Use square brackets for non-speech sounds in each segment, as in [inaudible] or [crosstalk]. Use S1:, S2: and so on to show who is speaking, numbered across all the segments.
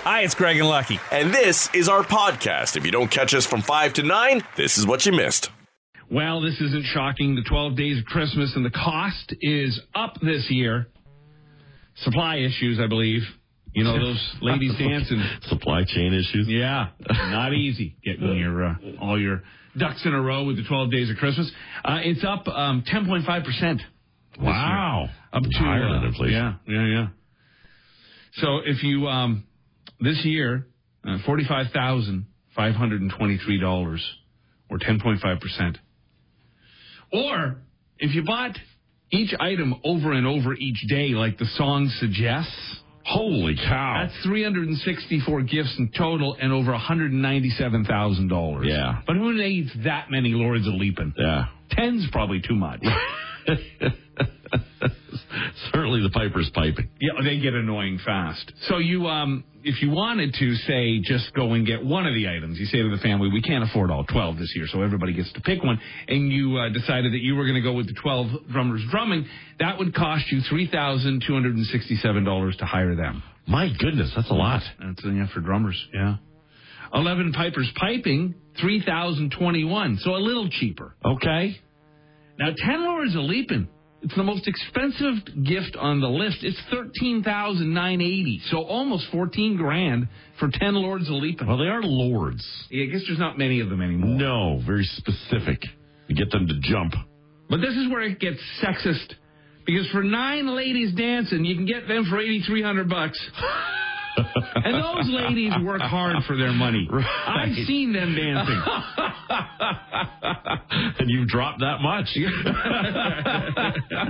S1: Hi, it's Greg and Lucky.
S2: And this is our podcast. If you don't catch us from 5 to 9, this is what you missed.
S3: Well, this isn't shocking. The 12 days of Christmas and the cost is up this year. Supply issues, I believe. You
S4: [laughs]
S3: know, those ladies dancing.
S4: Supply chain issues.
S3: Yeah, not easy getting your uh, all your ducks in a row with the 12 days of Christmas. Uh, it's up um, 10.5%.
S4: Wow.
S3: Up to
S4: Higher
S3: uh,
S4: than inflation.
S3: Yeah, yeah, yeah. So if you um, this year, uh, forty-five thousand five hundred and twenty-three dollars, or ten point five percent. Or if you bought each item over and over each day, like the song suggests.
S4: Holy cow.
S3: That's 364 gifts in total and over $197,000.
S4: Yeah.
S3: But who needs that many Lords of Leaping?
S4: yeah.
S3: Ten's probably too much.
S4: Certainly the piper's piping.
S3: yeah, they get annoying fast. So you, um, if you wanted to, say, just go and get one of the items, you say to the family, we can't afford all 12 this year, so everybody gets to pick one, and you uh, decided that you were going to go with the 12 drummers drumming, that would cost you $3,267 to hire them.
S4: My goodness, that's a lot.
S3: That's yeah for drummers. Yeah. Eleven pipers piping three thousand twenty one, so a little cheaper.
S4: Okay.
S3: Now ten lords a leaping. It's the most expensive gift on the list. It's thirteen thousand nine eighty, so almost fourteen grand for ten lords a leaping.
S4: Well, they are lords.
S3: Yeah, I guess there's not many of them anymore.
S4: Oh. No, very specific. You get them to jump.
S3: But this is where it gets sexist, because for nine ladies dancing, you can get them for eighty three hundred
S4: [laughs]
S3: bucks. And those ladies work hard for their
S4: [laughs]
S3: money. I've seen them dancing.
S4: And you drop that much. [laughs]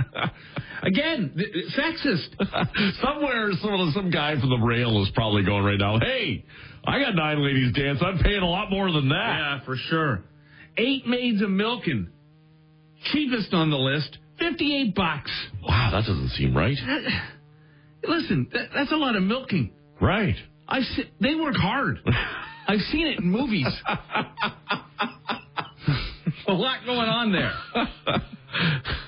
S3: Again, th- th-
S4: [laughs]
S3: sexist.
S4: Somewhere, some, some guy from the rail is probably going right now, hey, I got nine ladies dance. I'm paying a lot more than that.
S3: Yeah, for sure. Eight maids of milking. Cheapest on the list, 58
S4: [sighs]
S3: bucks.
S4: Wow, that doesn't seem right.
S3: Listen, that, that's a lot of milking.
S4: Right.
S3: I've se- they work
S4: [laughs]
S3: hard. I've seen it in movies. a lot going on
S4: [laughs]
S3: there.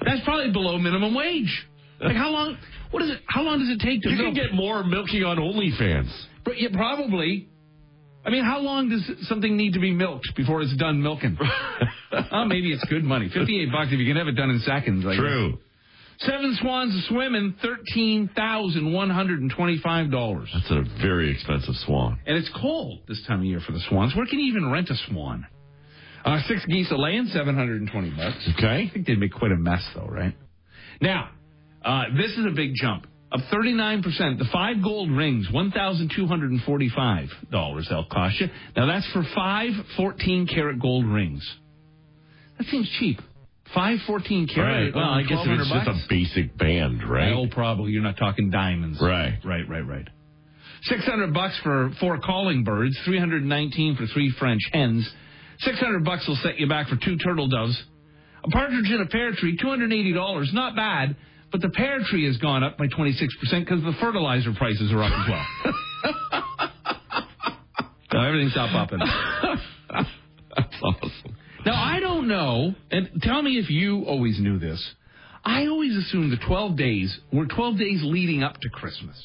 S3: That's probably below minimum wage. Like how long? What is it? How long does it take to
S4: You can
S3: milk?
S4: get more milking on OnlyFans.
S3: But yeah, probably. I mean, how long does something need to be milked before it's done milking? oh, maybe it's good money. Fifty-eight bucks if you can have it done in seconds. I guess.
S4: True.
S3: Seven swans a swimming, thirteen thousand one hundred and twenty-five dollars.
S4: That's a very expensive swan.
S3: And it's cold this time of year for the swans. Where can you even rent a swan? Uh, six geese a laying, seven hundred and twenty bucks.
S4: Okay.
S3: I think they'd make quite a mess, though, right? Now, uh, this is a big jump. Up 39%. The five gold rings, $1,245 they'll cost you. Now, that's for five 14 karat gold rings. That seems cheap. Five 14 karat.
S4: Well, I guess if it's just a basic band, right?
S3: Oh, probably. You're not talking diamonds.
S4: Right. [laughs]
S3: Right, right, right. 600 bucks for four calling birds, 319 for three French hens. 600 bucks will set you back for two turtle doves. A partridge in a pear tree, $280, not bad, but the pear tree has gone up by 26% because the fertilizer prices are up as well. [laughs] so everything's up, up, and up.
S4: That's awesome.
S3: Now, I don't know, and tell me if you always knew this. I always assumed the 12 days were 12 days leading up to Christmas.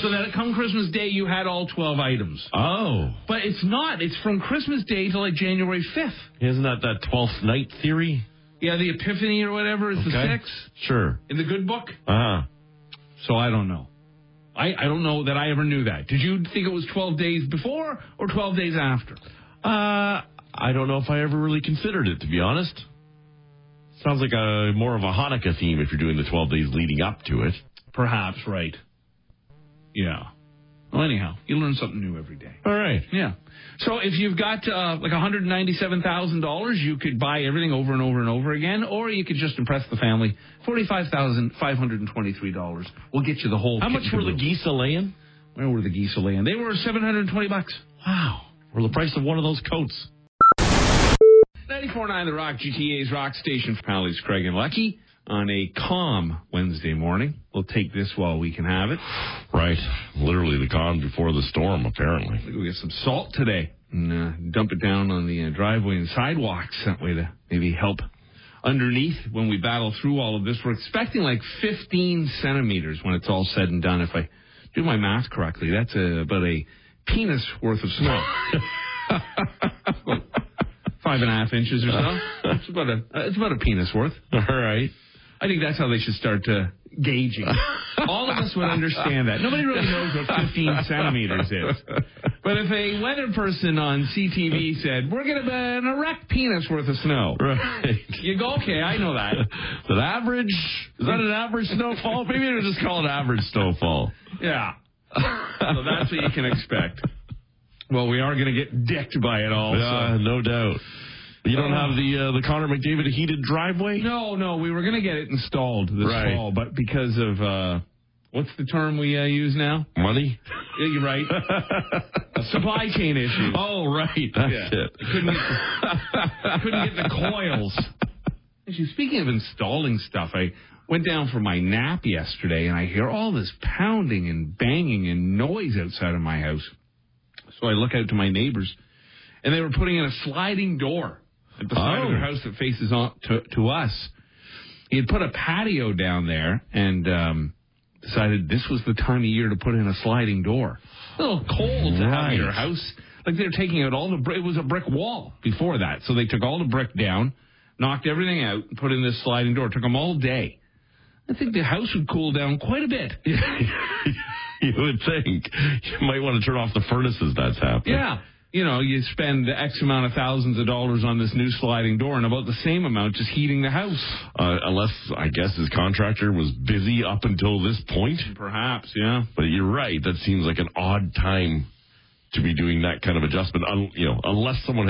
S3: So that come Christmas Day, you had all 12 items.
S4: Oh.
S3: But it's not. It's from Christmas Day to like January 5th.
S4: Isn't that that 12th night theory?
S3: Yeah, the Epiphany or whatever is the
S4: Okay.
S3: 6th
S4: Sure.
S3: in the good book.
S4: Uh-huh.
S3: So I don't know. I, I don't know that I ever knew that. Did you think it was 12 days before or 12 days after?
S4: Uh, I don't know if I ever really considered it, to be honest. Sounds like a more of a Hanukkah theme if you're doing the 12 days leading up to it.
S3: Perhaps, right. Yeah. Well, anyhow, you learn something new every day.
S4: All right.
S3: Yeah. So if you've got uh, like $197,000, you could buy everything over and over and over again, or you could just impress the family. $45,523 will get you the whole.
S4: How
S3: kit
S4: much
S3: and
S4: were the
S3: caboodle.
S4: geese a laying?
S3: Where were the geese laying? They were 720 bucks.
S4: Wow. Or the price of one of those coats.
S3: 94.9 The Rock, GTA's rock station. Pally's Craig and Lucky on a calm Wednesday morning. We'll take this while we can have it.
S4: [sighs] Right. Literally the calm before the storm, apparently.
S3: We'll get some salt today and uh, dump it down on the uh, driveway and sidewalks. That way to maybe help underneath when we battle through all of this. We're expecting like 15 centimeters when it's all said and done if I do my math correctly, that's a, about a penis worth of
S4: [laughs]
S3: snow. Five and a half inches or so.
S4: Uh.
S3: It's about a uh, it's about a penis worth.
S4: All right. [laughs]
S3: I think that's how they should start uh, gauging. All of us would understand that. Nobody really knows what
S4: [laughs]
S3: 15 centimeters is. But if a weather person on CTV said, "We're going to an erect penis worth of snow,"
S4: Right.
S3: you go, "Okay, I know
S4: [laughs]
S3: that."
S4: Is that average? Is that an average snowfall? Maybe they'll just call it average snowfall.
S3: Yeah. So that's what you can expect. Well, we are going to get dicked by it all. so-
S4: Yeah, no doubt. You don't have the uh, the Connor McDavid heated driveway?
S3: No, no, we were going to get it installed this
S4: Right.
S3: fall, but because of uh, what's the term we uh, use now?
S4: Money? [laughs]
S3: Yeah, You're [laughs] right. supply chain issue.
S4: Oh, right. That's
S3: Yeah.
S4: it.
S3: Couldn't get, couldn't get the coils. [laughs] Actually, speaking of installing stuff, I went down for my nap yesterday and I hear all this pounding and banging and noise outside of my house. So I look out to my neighbors and they were putting in a sliding door at the side of
S4: Oh.
S3: their house that faces on to, to us. He had put a patio down there and um, decided this was the time of year to put in a sliding door. A little cold to have in your
S4: Right.
S3: house. Like they're taking out all the brick. It was a brick wall before that, so they took all the brick down, knocked everything out, and put in this sliding door. took them all day. I think the house would cool down quite a bit.
S4: You would think. You might want to turn off the furnaces that's happening.
S3: Yeah. You know, you spend X amount of thousands of dollars on this new sliding door and about the same amount just heating the house.
S4: Uh, unless, I guess, his contractor was busy up until this point.
S3: Perhaps, yeah.
S4: But you're right. That seems like an odd time to be doing that kind of adjustment. Un- you know, unless someone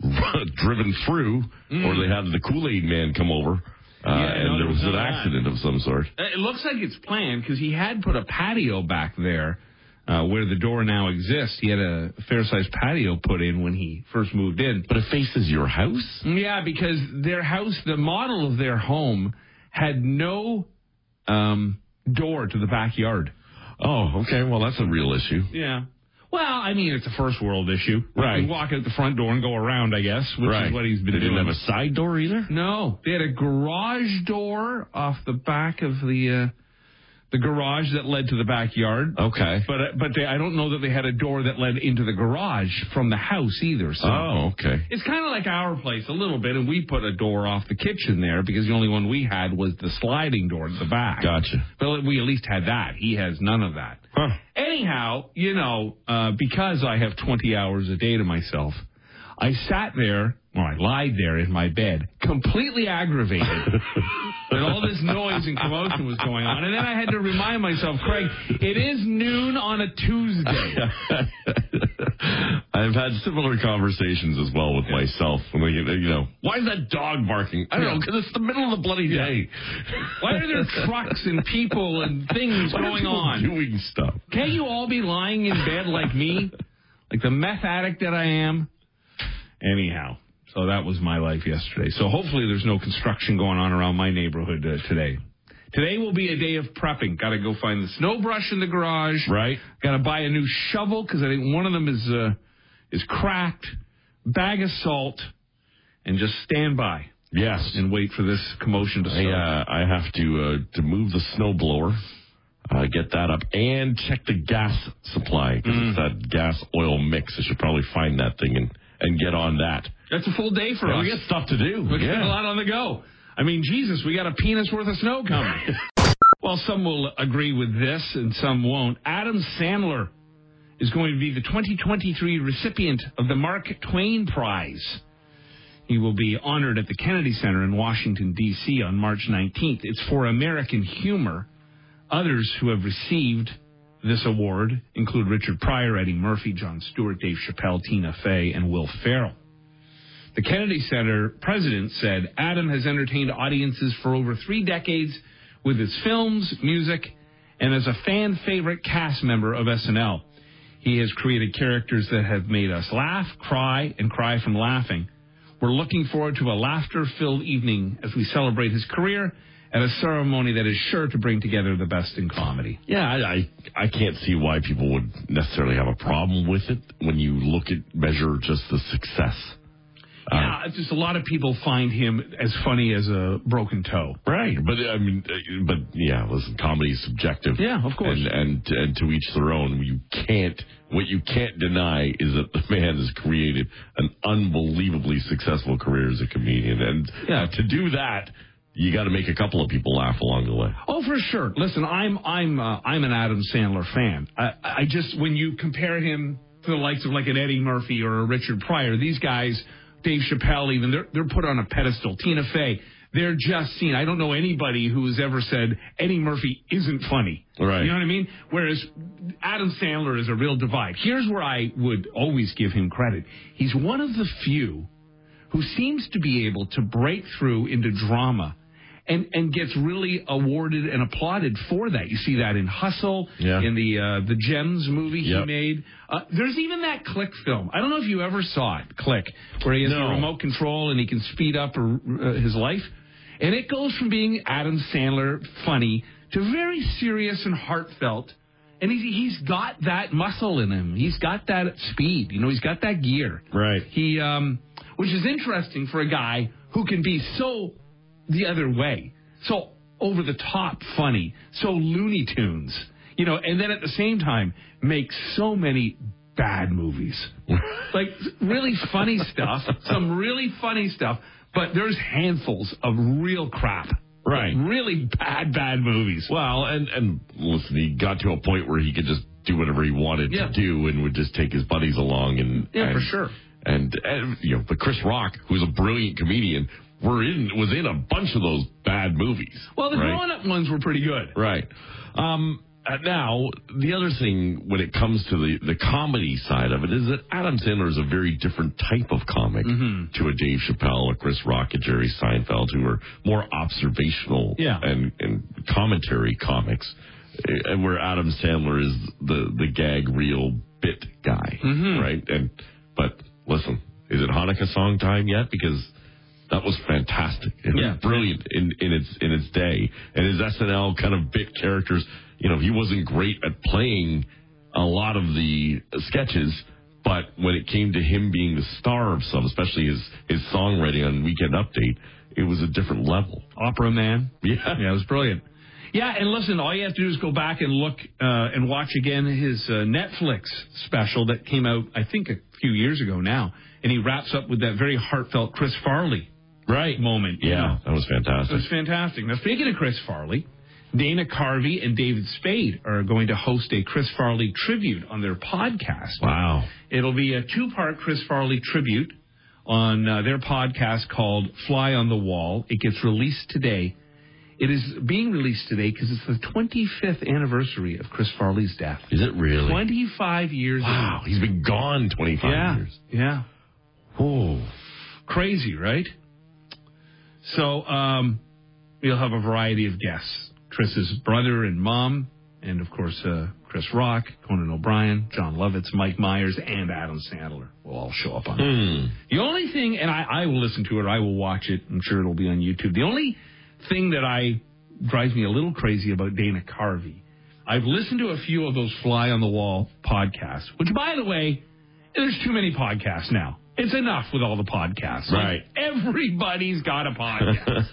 S4: had [laughs] driven through, or they had the Kool Aid Man come over, uh, and
S3: Mm. no,
S4: there was
S3: none
S4: an
S3: of that.
S4: accident of some sort.
S3: Uh, It looks like it's planned because he had put a patio back there uh, where the door now exists. He had a fair sized patio put in when he first moved in.
S4: But it faces your house.
S3: Yeah, because their house, the model of their home, had no um, door to the backyard.
S4: Oh, okay. Well, that's a real issue.
S3: Yeah. Well, I mean, it's a first world issue.
S4: Right.
S3: You walk out the front door and go around, I guess, which
S4: right.
S3: is what he's been
S4: they
S3: doing.
S4: didn't have a side door either.
S3: No, they had a garage door off the back of the uh, the garage that led to the backyard.
S4: Okay.
S3: But uh, but they, I don't know that they had a door that led into the garage from the house either. So
S4: Oh, okay.
S3: it's kind of like our place a little bit, and we put a door off the kitchen there because the only one we had was the sliding door at the back.
S4: Gotcha.
S3: But we at least had that. He has none of that.
S4: Huh.
S3: Anyhow, you know, uh, because I have 20 hours a day to myself, I sat there, well, I lied there in my bed, completely
S4: [laughs]
S3: aggravated that all this noise and commotion was going on. And then I had to remind myself, Craig, it is noon on a Tuesday.
S4: [laughs] I've had similar conversations as well with myself. When they, get- you know, why is that dog barking? I don't know,
S3: Yeah.
S4: 'cause it's the middle of the bloody day.
S3: Why are there trucks and people and things
S4: Why are
S3: going
S4: people
S3: on?
S4: Doing stuff.
S3: Can't you all be lying in bed like
S4: [laughs]
S3: me? Like the meth addict that I am? Anyhow, so that was my life yesterday. So hopefully there's no construction going on around my neighborhood uh, today. Today will be a day of prepping. Got to go find the snow brush in the garage.
S4: Right.
S3: Got to buy a new shovel because I think one of them is uh, is cracked. Bag of salt, and just stand by
S4: Yes.
S3: and wait for this commotion to
S4: I,
S3: start.
S4: uh, I have to uh, to move the snowblower, uh, get that up, and check the gas supply 'cause
S3: Mm.
S4: it's that gas oil mix. I should probably find that thing and and get on that.
S3: That's a full day for
S4: Yeah,
S3: us.
S4: we got stuff to do.
S3: We got
S4: yeah.
S3: a lot on the go. I mean, Jesus, we got a penis worth of snow coming. well, some will agree with this and some won't. Adam Sandler is going to be the 2023 recipient of the Mark Twain Prize. He will be honored at the Kennedy Center in Washington, D.C. on March 19th. It's for American humor. Others who have received this award include Richard Pryor, Eddie Murphy, John Stewart, Dave Chappelle, Tina Fey, and Will Ferrell. The Kennedy Center president said Adam has entertained audiences for over three decades with his films, music, and as a fan favorite cast member of SNL. He has created characters that have made us laugh, cry, and cry from laughing. We're looking forward to a laughter filled evening as we celebrate his career at a ceremony that is sure to bring together the best in comedy.
S4: Yeah, I, I I can't see why people would necessarily have a problem with it when you look at measure just the success.
S3: Yeah, it's just a lot of people find him as funny as a broken toe.
S4: Right, but I mean, uh, but yeah, listen, comedy is subjective.
S3: Yeah, of course.
S4: And and and to each their own. You can't. What you can't deny is that the man has created an unbelievably successful career as a comedian, and
S3: Yeah.
S4: to do that, you got to make a couple of people laugh along the way.
S3: Oh, for sure. Listen, I'm I'm uh, I'm an Adam Sandler fan. I, I just when you compare him to the likes of like an Eddie Murphy or a Richard Pryor, these guys, Dave Chappelle, even they're they're put on a pedestal. Tina Fey, they're just seen. I don't know anybody who has ever said Eddie Murphy isn't funny.
S4: Right.
S3: You know what I mean? Whereas Adam Sandler is a real divide. Here's where I would always give him credit. He's one of the few who seems to be able to break through into drama and, and gets really awarded and applauded for that. You see that in Hustle,
S4: Yeah.
S3: in the uh, the Gems movie he
S4: Yep.
S3: made. Uh, there's even that Click film. I don't know if you ever saw it, Click, where he has
S4: No.
S3: the remote control and he can speed up or, uh, his life. And it goes from being Adam Sandler funny to very serious and heartfelt. And he's, he's got that muscle in him. He's got that speed. You know, he's got that gear.
S4: Right.
S3: He, um, which is interesting for a guy who can be so the other way, so over the top funny, so Looney Tunes, you know, and then at the same time make so many bad
S4: [laughs]
S3: movies, like really funny stuff, some really funny stuff, but there's handfuls of real crap,
S4: Right.
S3: really bad bad movies.
S4: Well, and and listen, he got to a point where he could just do whatever he wanted
S3: Yeah.
S4: to do, and would just take his buddies along, and
S3: Yeah, for
S4: and-
S3: sure.
S4: And, and you know, but Chris Rock, who's a brilliant comedian, were in was in a bunch of those bad movies.
S3: Well, the
S4: right?
S3: grown up ones were pretty good.
S4: Right. Um, uh, now, the other thing when it comes to the, the comedy side of it is that Adam Sandler is a very different type of comic
S3: Mm-hmm.
S4: to a Dave Chappelle, a Chris Rock, a Jerry Seinfeld, who are more observational
S3: Yeah.
S4: and, and commentary comics, uh, and where Adam Sandler is the, the gag reel bit guy,
S3: Mm-hmm.
S4: right? And But listen, is it Hanukkah song time yet? Because that was fantastic. It
S3: Yeah.
S4: was brilliant in, in its in its day. And his SNL kind of bit characters, you know, he wasn't great at playing a lot of the sketches, but when it came to him being the star of some, especially his his songwriting on Weekend Update, it was a different level.
S3: Opera Man.
S4: Yeah.
S3: [laughs] Yeah, it was brilliant. Yeah, and listen, all you have to do is go back and look uh, and watch again his uh, Netflix special that came out, I think, a few years ago now. And he wraps up with that very heartfelt Chris Farley
S4: Right.
S3: moment. you know.
S4: Yeah, that was
S3: It was
S4: fantastic.
S3: fantastic. Now, speaking of Chris Farley, Dana Carvey and David Spade are going to host a Chris Farley tribute on their podcast.
S4: Wow.
S3: It'll be a two part Chris Farley tribute on uh, their podcast called Fly on the Wall. It gets released today. It is being released today because it's the 25th anniversary of Chris Farley's death.
S4: Is it really?
S3: 25 years
S4: Wow, he's been gone 25
S3: ago. Yeah.
S4: years.
S3: Yeah.
S4: Oh.
S3: Crazy, right? So, um, we'll have a variety of guests Chris's brother and mom, and of course, uh, Chris Rock, Conan O'Brien, John Lovitz, Mike Myers, and Adam Sandler will all show up on that.
S4: Hmm.
S3: The only thing, and I, I will listen to it, I will watch it. I'm sure it'll be on YouTube. The only thing that I drives me a little crazy about Dana Carvey, I've listened to a few of those fly on the wall podcasts, which, by the way, there's too many podcasts now. It's enough with all the podcasts. Like,
S4: Right.
S3: everybody's got a podcast.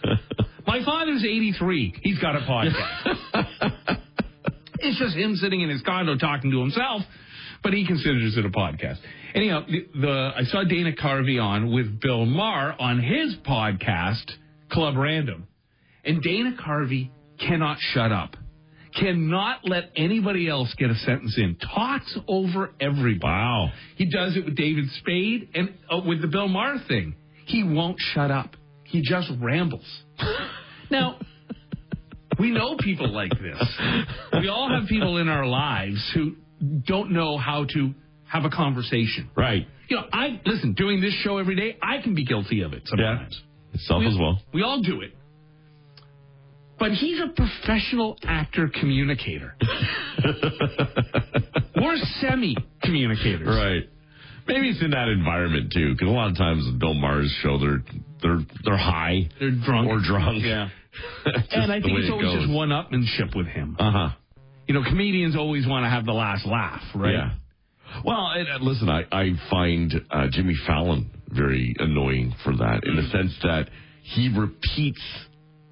S3: My father's 83. He's got a podcast. it's just him sitting in his condo talking to himself, but he considers it a podcast. Anyhow, the, the I saw Dana Carvey on with Bill Maher on his podcast, Club Random. And Dana Carvey cannot shut up, cannot let anybody else get a sentence in, talks over everybody.
S4: Wow.
S3: He does it with David Spade and uh, with the Bill Maher thing. He won't shut up. He just rambles. now, [laughs] we know people like this. We all have people in our lives who don't know how to have a conversation.
S4: Right.
S3: You know, I listen, doing this show every day, I can be guilty of it
S4: Yeah.
S3: sometimes.
S4: Self as well.
S3: We all do it. But he's a professional actor [laughs] communicator. We're semi communicators.
S4: Right. Maybe it's in that environment too, because a lot of times with Bill Maher's show, they're they're they're high
S3: They're drunk.
S4: or drunk. [laughs]
S3: Yeah.
S4: It's just
S3: and I
S4: the
S3: think
S4: way
S3: it's
S4: it
S3: always
S4: goes.
S3: just one upmanship with him.
S4: Uh-huh.
S3: You know, comedians always want to have the last laugh, right?
S4: Yeah. Well, and, and listen, I I find uh, Jimmy Fallon very annoying for that in the
S3: Mm.
S4: sense that he repeats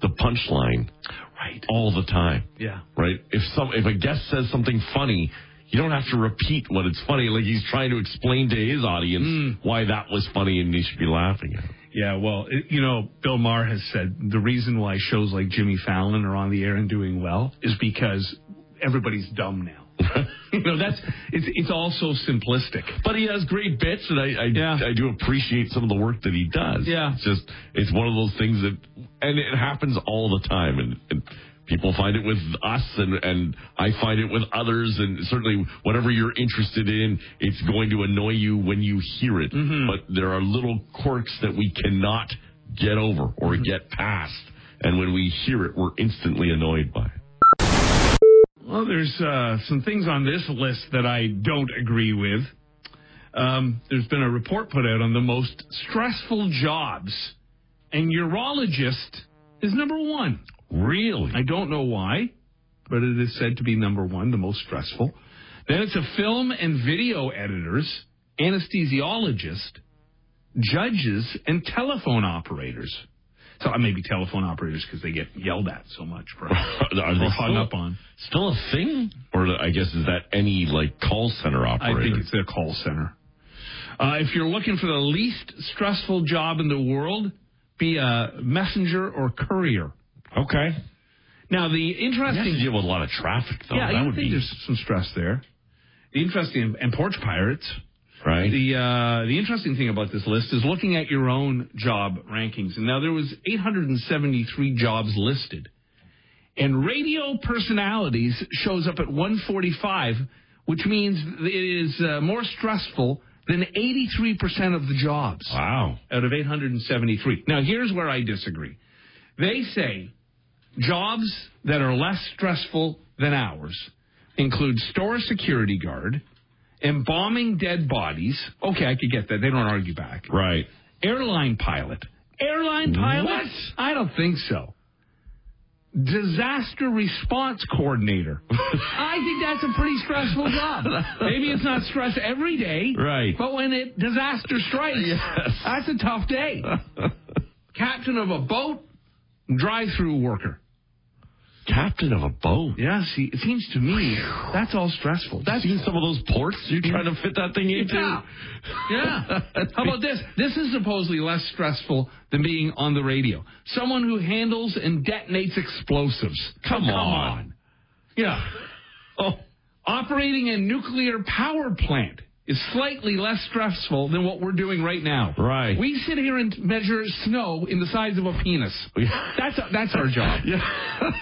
S4: the punchline
S3: Right.
S4: all the time.
S3: Yeah.
S4: Right? If some if a guest says something funny, you don't have to repeat what it's funny. Like he's trying to explain to his audience
S3: Mm.
S4: why that was funny and he should be laughing at it.
S3: Yeah, well, it, you know, Bill Maher has said the reason why shows like Jimmy Fallon are on the air and doing well is because everybody's dumb [laughs] now. you know, that's it's it's all so simplistic.
S4: But he has great bits, and I I,
S3: Yeah.
S4: I do appreciate some of the work that he does.
S3: Yeah.
S4: it's just it's one of those things that, and it happens all the time, and, and people find it with us, and and I find it with others, and certainly whatever you're interested in, it's going to annoy you when you hear it.
S3: Mm-hmm.
S4: But there are little quirks that we cannot get over or
S3: Mm-hmm.
S4: get past, and when we hear it, we're instantly annoyed by it.
S3: Well, there's uh, some things on this list that I don't agree with. Um, there's been a report put out on the most stressful jobs, and urologist is number one.
S4: Really?
S3: I don't know why, but it is said to be number one, the most stressful. Then it's a film and video editors, anesthesiologist, judges, and telephone operators. So uh, maybe telephone operators because they get yelled at so much, perhaps,
S4: Are they
S3: or hung
S4: still-
S3: up on.
S4: Still a thing? Or I guess is that any like call center
S3: I
S4: operator?
S3: think it's their call center. Uh, if you're looking for the least stressful job in the world, be a messenger or courier.
S4: okay.
S3: Now, the
S4: You have
S3: interesting
S4: to deal with a lot of traffic though.
S3: Yeah,
S4: Oh, that
S3: I
S4: would
S3: think
S4: be
S3: there's some stress there. The interesting and porch pirates.
S4: right.
S3: The uh, the interesting thing about this list is looking at your own job rankings. And now there was 873 jobs listed, and radio personalities shows up at 145, which means it is uh, more stressful than 83 percent of the jobs
S4: wow.
S3: out of 873. Now, here's where I disagree. They say jobs that are less stressful than ours include store security guard, embalming dead bodies. Okay, I could get that. They don't argue back.
S4: Right.
S3: Airline pilot. Airline pilot?
S4: What?
S3: I don't think so. Disaster response coordinator. [laughs] I think that's a pretty stressful job. Maybe it's not stress every day.
S4: Right.
S3: But when it disaster strikes, that's a tough [laughs] day. Captain of a boat, drive-through worker.
S4: Captain of a boat.
S3: Yeah, see, it seems to me that's all stressful. That's
S4: Seen some of those ports you're trying to fit that thing into?
S3: yeah. Yeah. How about this? This is supposedly less stressful than being on the radio. Someone who handles and detonates explosives.
S4: Come on.
S3: Yeah. Oh. Operating a nuclear power plant is slightly less stressful than what we're doing right now.
S4: Right.
S3: We sit here and measure snow in the size of a penis. That's that's our job.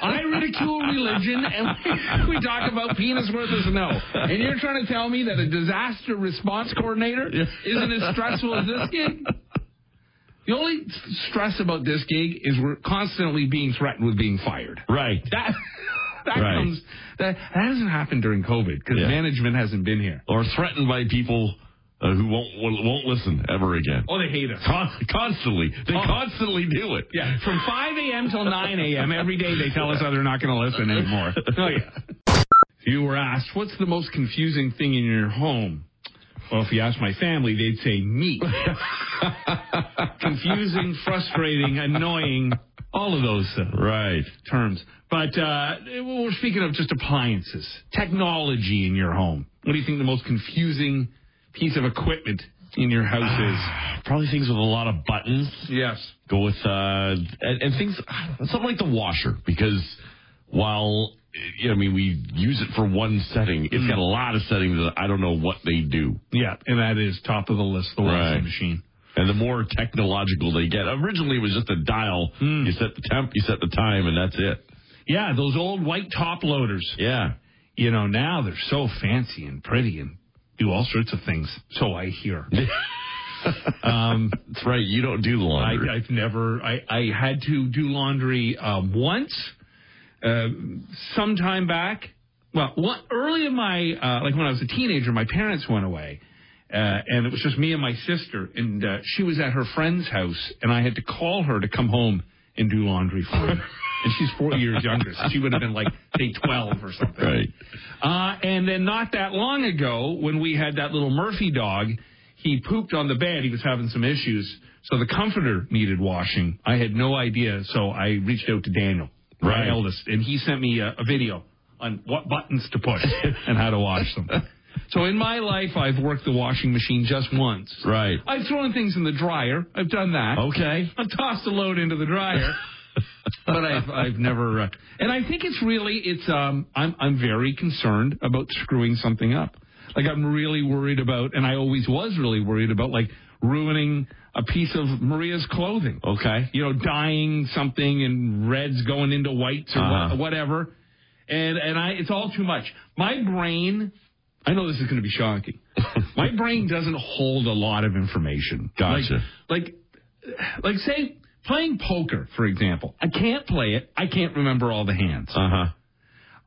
S3: I ridicule religion and we, we talk about penis worth of snow. And you're trying to tell me that a disaster response coordinator isn't as stressful as this gig? The only stress about this gig is we're constantly being threatened with being fired.
S4: [laughs] Right.
S3: That that
S4: Right.
S3: comes that that hasn't happened during COVID because
S4: Yeah.
S3: management hasn't been here.
S4: Or threatened by people uh, who won't won't listen ever again.
S3: Oh, they hate us.
S4: Con- constantly. They
S3: Oh.
S4: constantly do it.
S3: Yeah, from 5 a.m. till 9 a.m. every day they tell us how they're not going to listen anymore. [laughs] Oh yeah. If you were asked what's the most confusing thing in your home, well, if you asked my family, they'd say [laughs] me. confusing, frustrating,
S4: [laughs]
S3: annoying, all of those uh,
S4: Right.
S3: terms. But uh, we're speaking of just appliances, technology in your home. What do you think the most confusing piece of equipment in your house
S4: [sighs] Probably things with a lot of buttons.
S3: is? [sighs] yes.
S4: go with uh and, and things something like the washer because while you know, I mean we use it for one setting, it's
S3: Hmm.
S4: got a lot of settings that I don't know what they do.
S3: Yeah, and that is top of the list, the washing
S4: Right.
S3: machine.
S4: And the more technological they get, originally it was just a dial.
S3: Hmm.
S4: You set the temp, you set the time, and that's it.
S3: Yeah, those old white top loaders.
S4: Yeah.
S3: You know, now they're so fancy and pretty and do all sorts of things. So I hear. um,
S4: That's right. You don't do the
S3: I,
S4: laundry.
S3: I've never. I, I had to do laundry um, once, uh, some time back. Well, one, early in my uh, like when I was a teenager, my parents went away, uh, and it was just me and my sister, and uh, she was at her friend's house, and I had to call her to come home and do laundry for her. and she's four years younger, so she would have been like say twelve or something.
S4: right.
S3: Uh, and then not that long ago, when we had that little Murphy dog, he pooped on the bed. He was having some issues. So the comforter needed washing. I had no idea. So I reached out to Daniel,
S4: Right.
S3: my eldest, and he sent me a, a video on what buttons to
S4: [laughs]
S3: push and how to wash them. So in my life, I've worked the washing machine just once.
S4: Right. Oh,
S3: I've thrown things in the dryer. I've done that.
S4: Okay.
S3: [laughs] I've tossed a load into the dryer. [laughs] but I've, I've never, uh, and I think it's really it's um I'm I'm very concerned about screwing something up. Like I'm really worried about, and I always was really worried about like ruining a piece of Maria's clothing.
S4: Okay.
S3: You know, dyeing something and reds going into whites or wha-
S4: Uh-huh.
S3: whatever. And and I it's all too much. My brain, I know this is going to be
S4: [laughs]
S3: shocking. My brain doesn't hold a lot of information.
S4: Gotcha.
S3: Like, like like say playing poker, for example. I can't play it. I can't remember all the hands.
S4: Uh huh.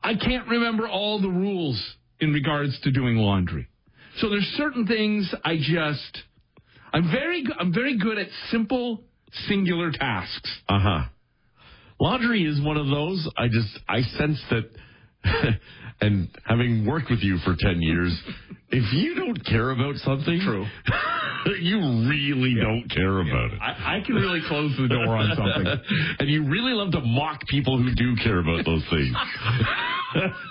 S3: I can't remember all the rules in regards to doing laundry. So there's certain things I just I'm very go- I'm very good at simple singular tasks.
S4: Uh huh. Laundry is one of those. I just I sense that, [laughs] and having worked with you for ten years, if you don't care about something,
S3: True.
S4: [laughs] you really don't care about it.
S3: I, I can really close the door on something. [laughs]
S4: and you really love to mock people who do care about those things.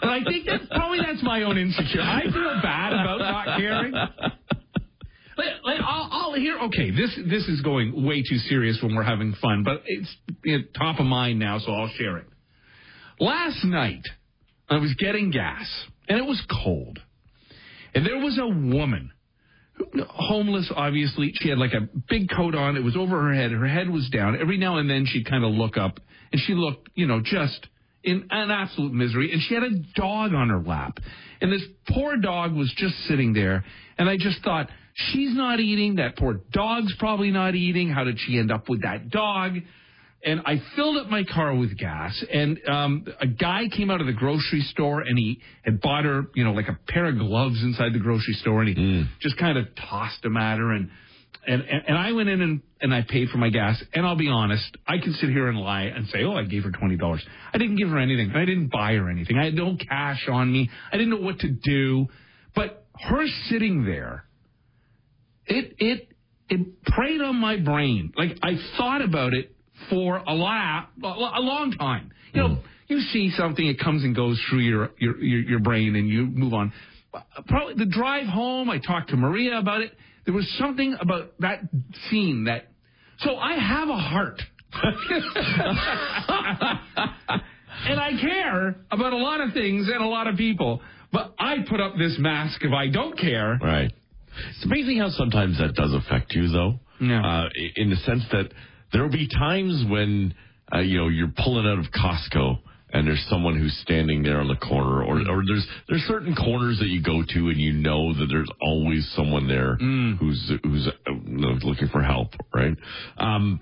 S3: But I think that's probably that's my own insecurity. I feel bad about not caring. Like, like I'll, I'll hear. Okay, this this is going way too serious when we're having fun, but it's you know, top of mind now, so I'll share it. Last night, I was getting gas, and it was cold, and there was a woman, who- homeless, obviously. She had like a big coat on. It was over her head. Her head was down. Every now and then, she'd kind of look up, and she looked, you know, just in an absolute misery. And she had a dog on her lap, and this poor dog was just sitting there. And I just thought, she's not eating. That poor dog's probably not eating. How did she end up with that dog? and I filled up my car with gas. And um, a guy came out of the grocery store and he had bought her, you know, like a pair of gloves inside the grocery store, and he just kind of tossed them at her. And and and, and I went in and, and I paid for my gas. And I'll be honest, I can sit here and lie and say, oh, I gave her twenty dollars. I didn't give her anything. I didn't buy her anything. I had no cash on me. I didn't know what to do. But her sitting there it it it preyed on my brain. Like I thought about it for a lot a long time. You know, you see something, it comes and goes through your your your, your brain, and you move on. Probably the drive home, I talked to Maria about it. There was something about that scene that. So I have a heart. [laughs] and I care about a lot of things and a lot of people, but I put up this mask if I don't care.
S4: Right. It's amazing how sometimes that does affect you, though.
S3: Yeah.
S4: Uh, i- in the sense that there will be times when uh, you know you're pulling out of Costco and there's someone who's standing there on the corner, or or there's there's certain corners that you go to and you know that there's always someone there who's who's uh, you know, looking for help, right? Um,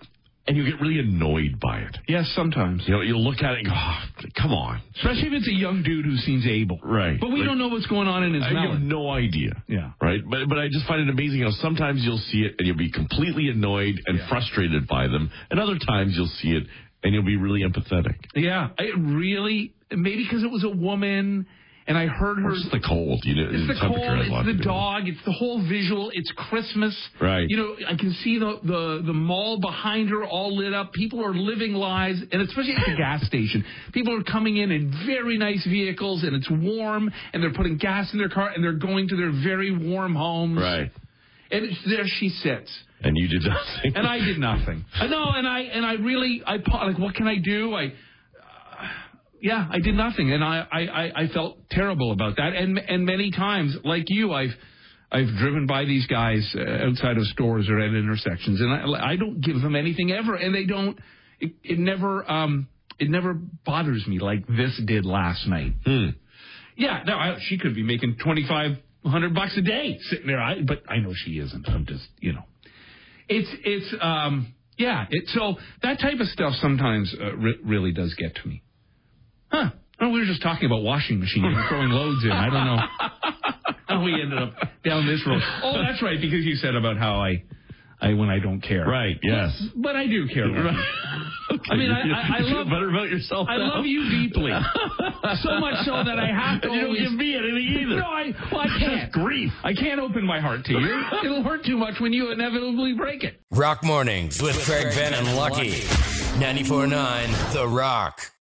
S4: and you get really annoyed by it.
S3: Yes, sometimes.
S4: You know, you look at it and go, oh, "Come on,
S3: Especially if it's a young dude who seems able.
S4: Right.
S3: But we
S4: Like-
S3: don't know what's going on in his
S4: I have
S3: mouth.
S4: no idea.
S3: Yeah.
S4: Right. But but I just find it amazing how sometimes you'll see it and you'll be completely annoyed and frustrated by them, and other times you'll see it and you'll be really empathetic.
S3: Yeah. It really, maybe because it was a woman and I heard her.
S4: It's the cold, you know.
S3: It's the cold,
S4: temperature has a lot
S3: it's the
S4: to do with it.
S3: dog, it's the whole visual, it's Christmas.
S4: Right.
S3: You know, I can see the, the, the mall behind her all lit up. People are living lives, and especially
S4: [laughs]
S3: at the gas station. People are coming in in very nice vehicles, and it's warm, and they're putting gas in their car, and they're going to their very warm homes.
S4: Right.
S3: And it's, there she sits.
S4: And you [laughs]
S3: [laughs]
S4: did nothing.
S3: and I did nothing. Uh, No, and I and I really I pa- like what can I do? I uh, yeah, I did nothing, and I, I I I felt terrible about that. And and many times, like you, I've I've driven by these guys uh, outside of stores or at intersections, and I I don't give them anything ever, and they don't. It, it never um it never bothers me like this did last night. Yeah, no, I, she could be making twenty five hundred bucks a day sitting there. I, but I know she isn't. I'm just, you know, it's it's um yeah. It, so that type of stuff sometimes uh, re- really does get to me. Huh? Oh, we were just talking about washing machines and throwing loads in. I don't
S4: [laughs]
S3: know how we ended up down this road. Oh, that's right, because you said about how I I, when I don't care.
S4: Right. Yes.
S3: But I do care. Lorna. I mean, I, I, I
S4: [laughs] You feel
S3: love
S4: better about yourself.
S3: I
S4: now?
S3: love you deeply, so much so that I have to.
S4: You don't
S3: always-
S4: give me anything either.
S3: No, I well, I
S4: That's
S3: can't.
S4: grief.
S3: I can't open my heart to
S4: [laughs]
S3: you. It'll hurt too much when you inevitably break it.
S1: Rock Mornings with Craig Venn and Lucky. 94.9 The Rock.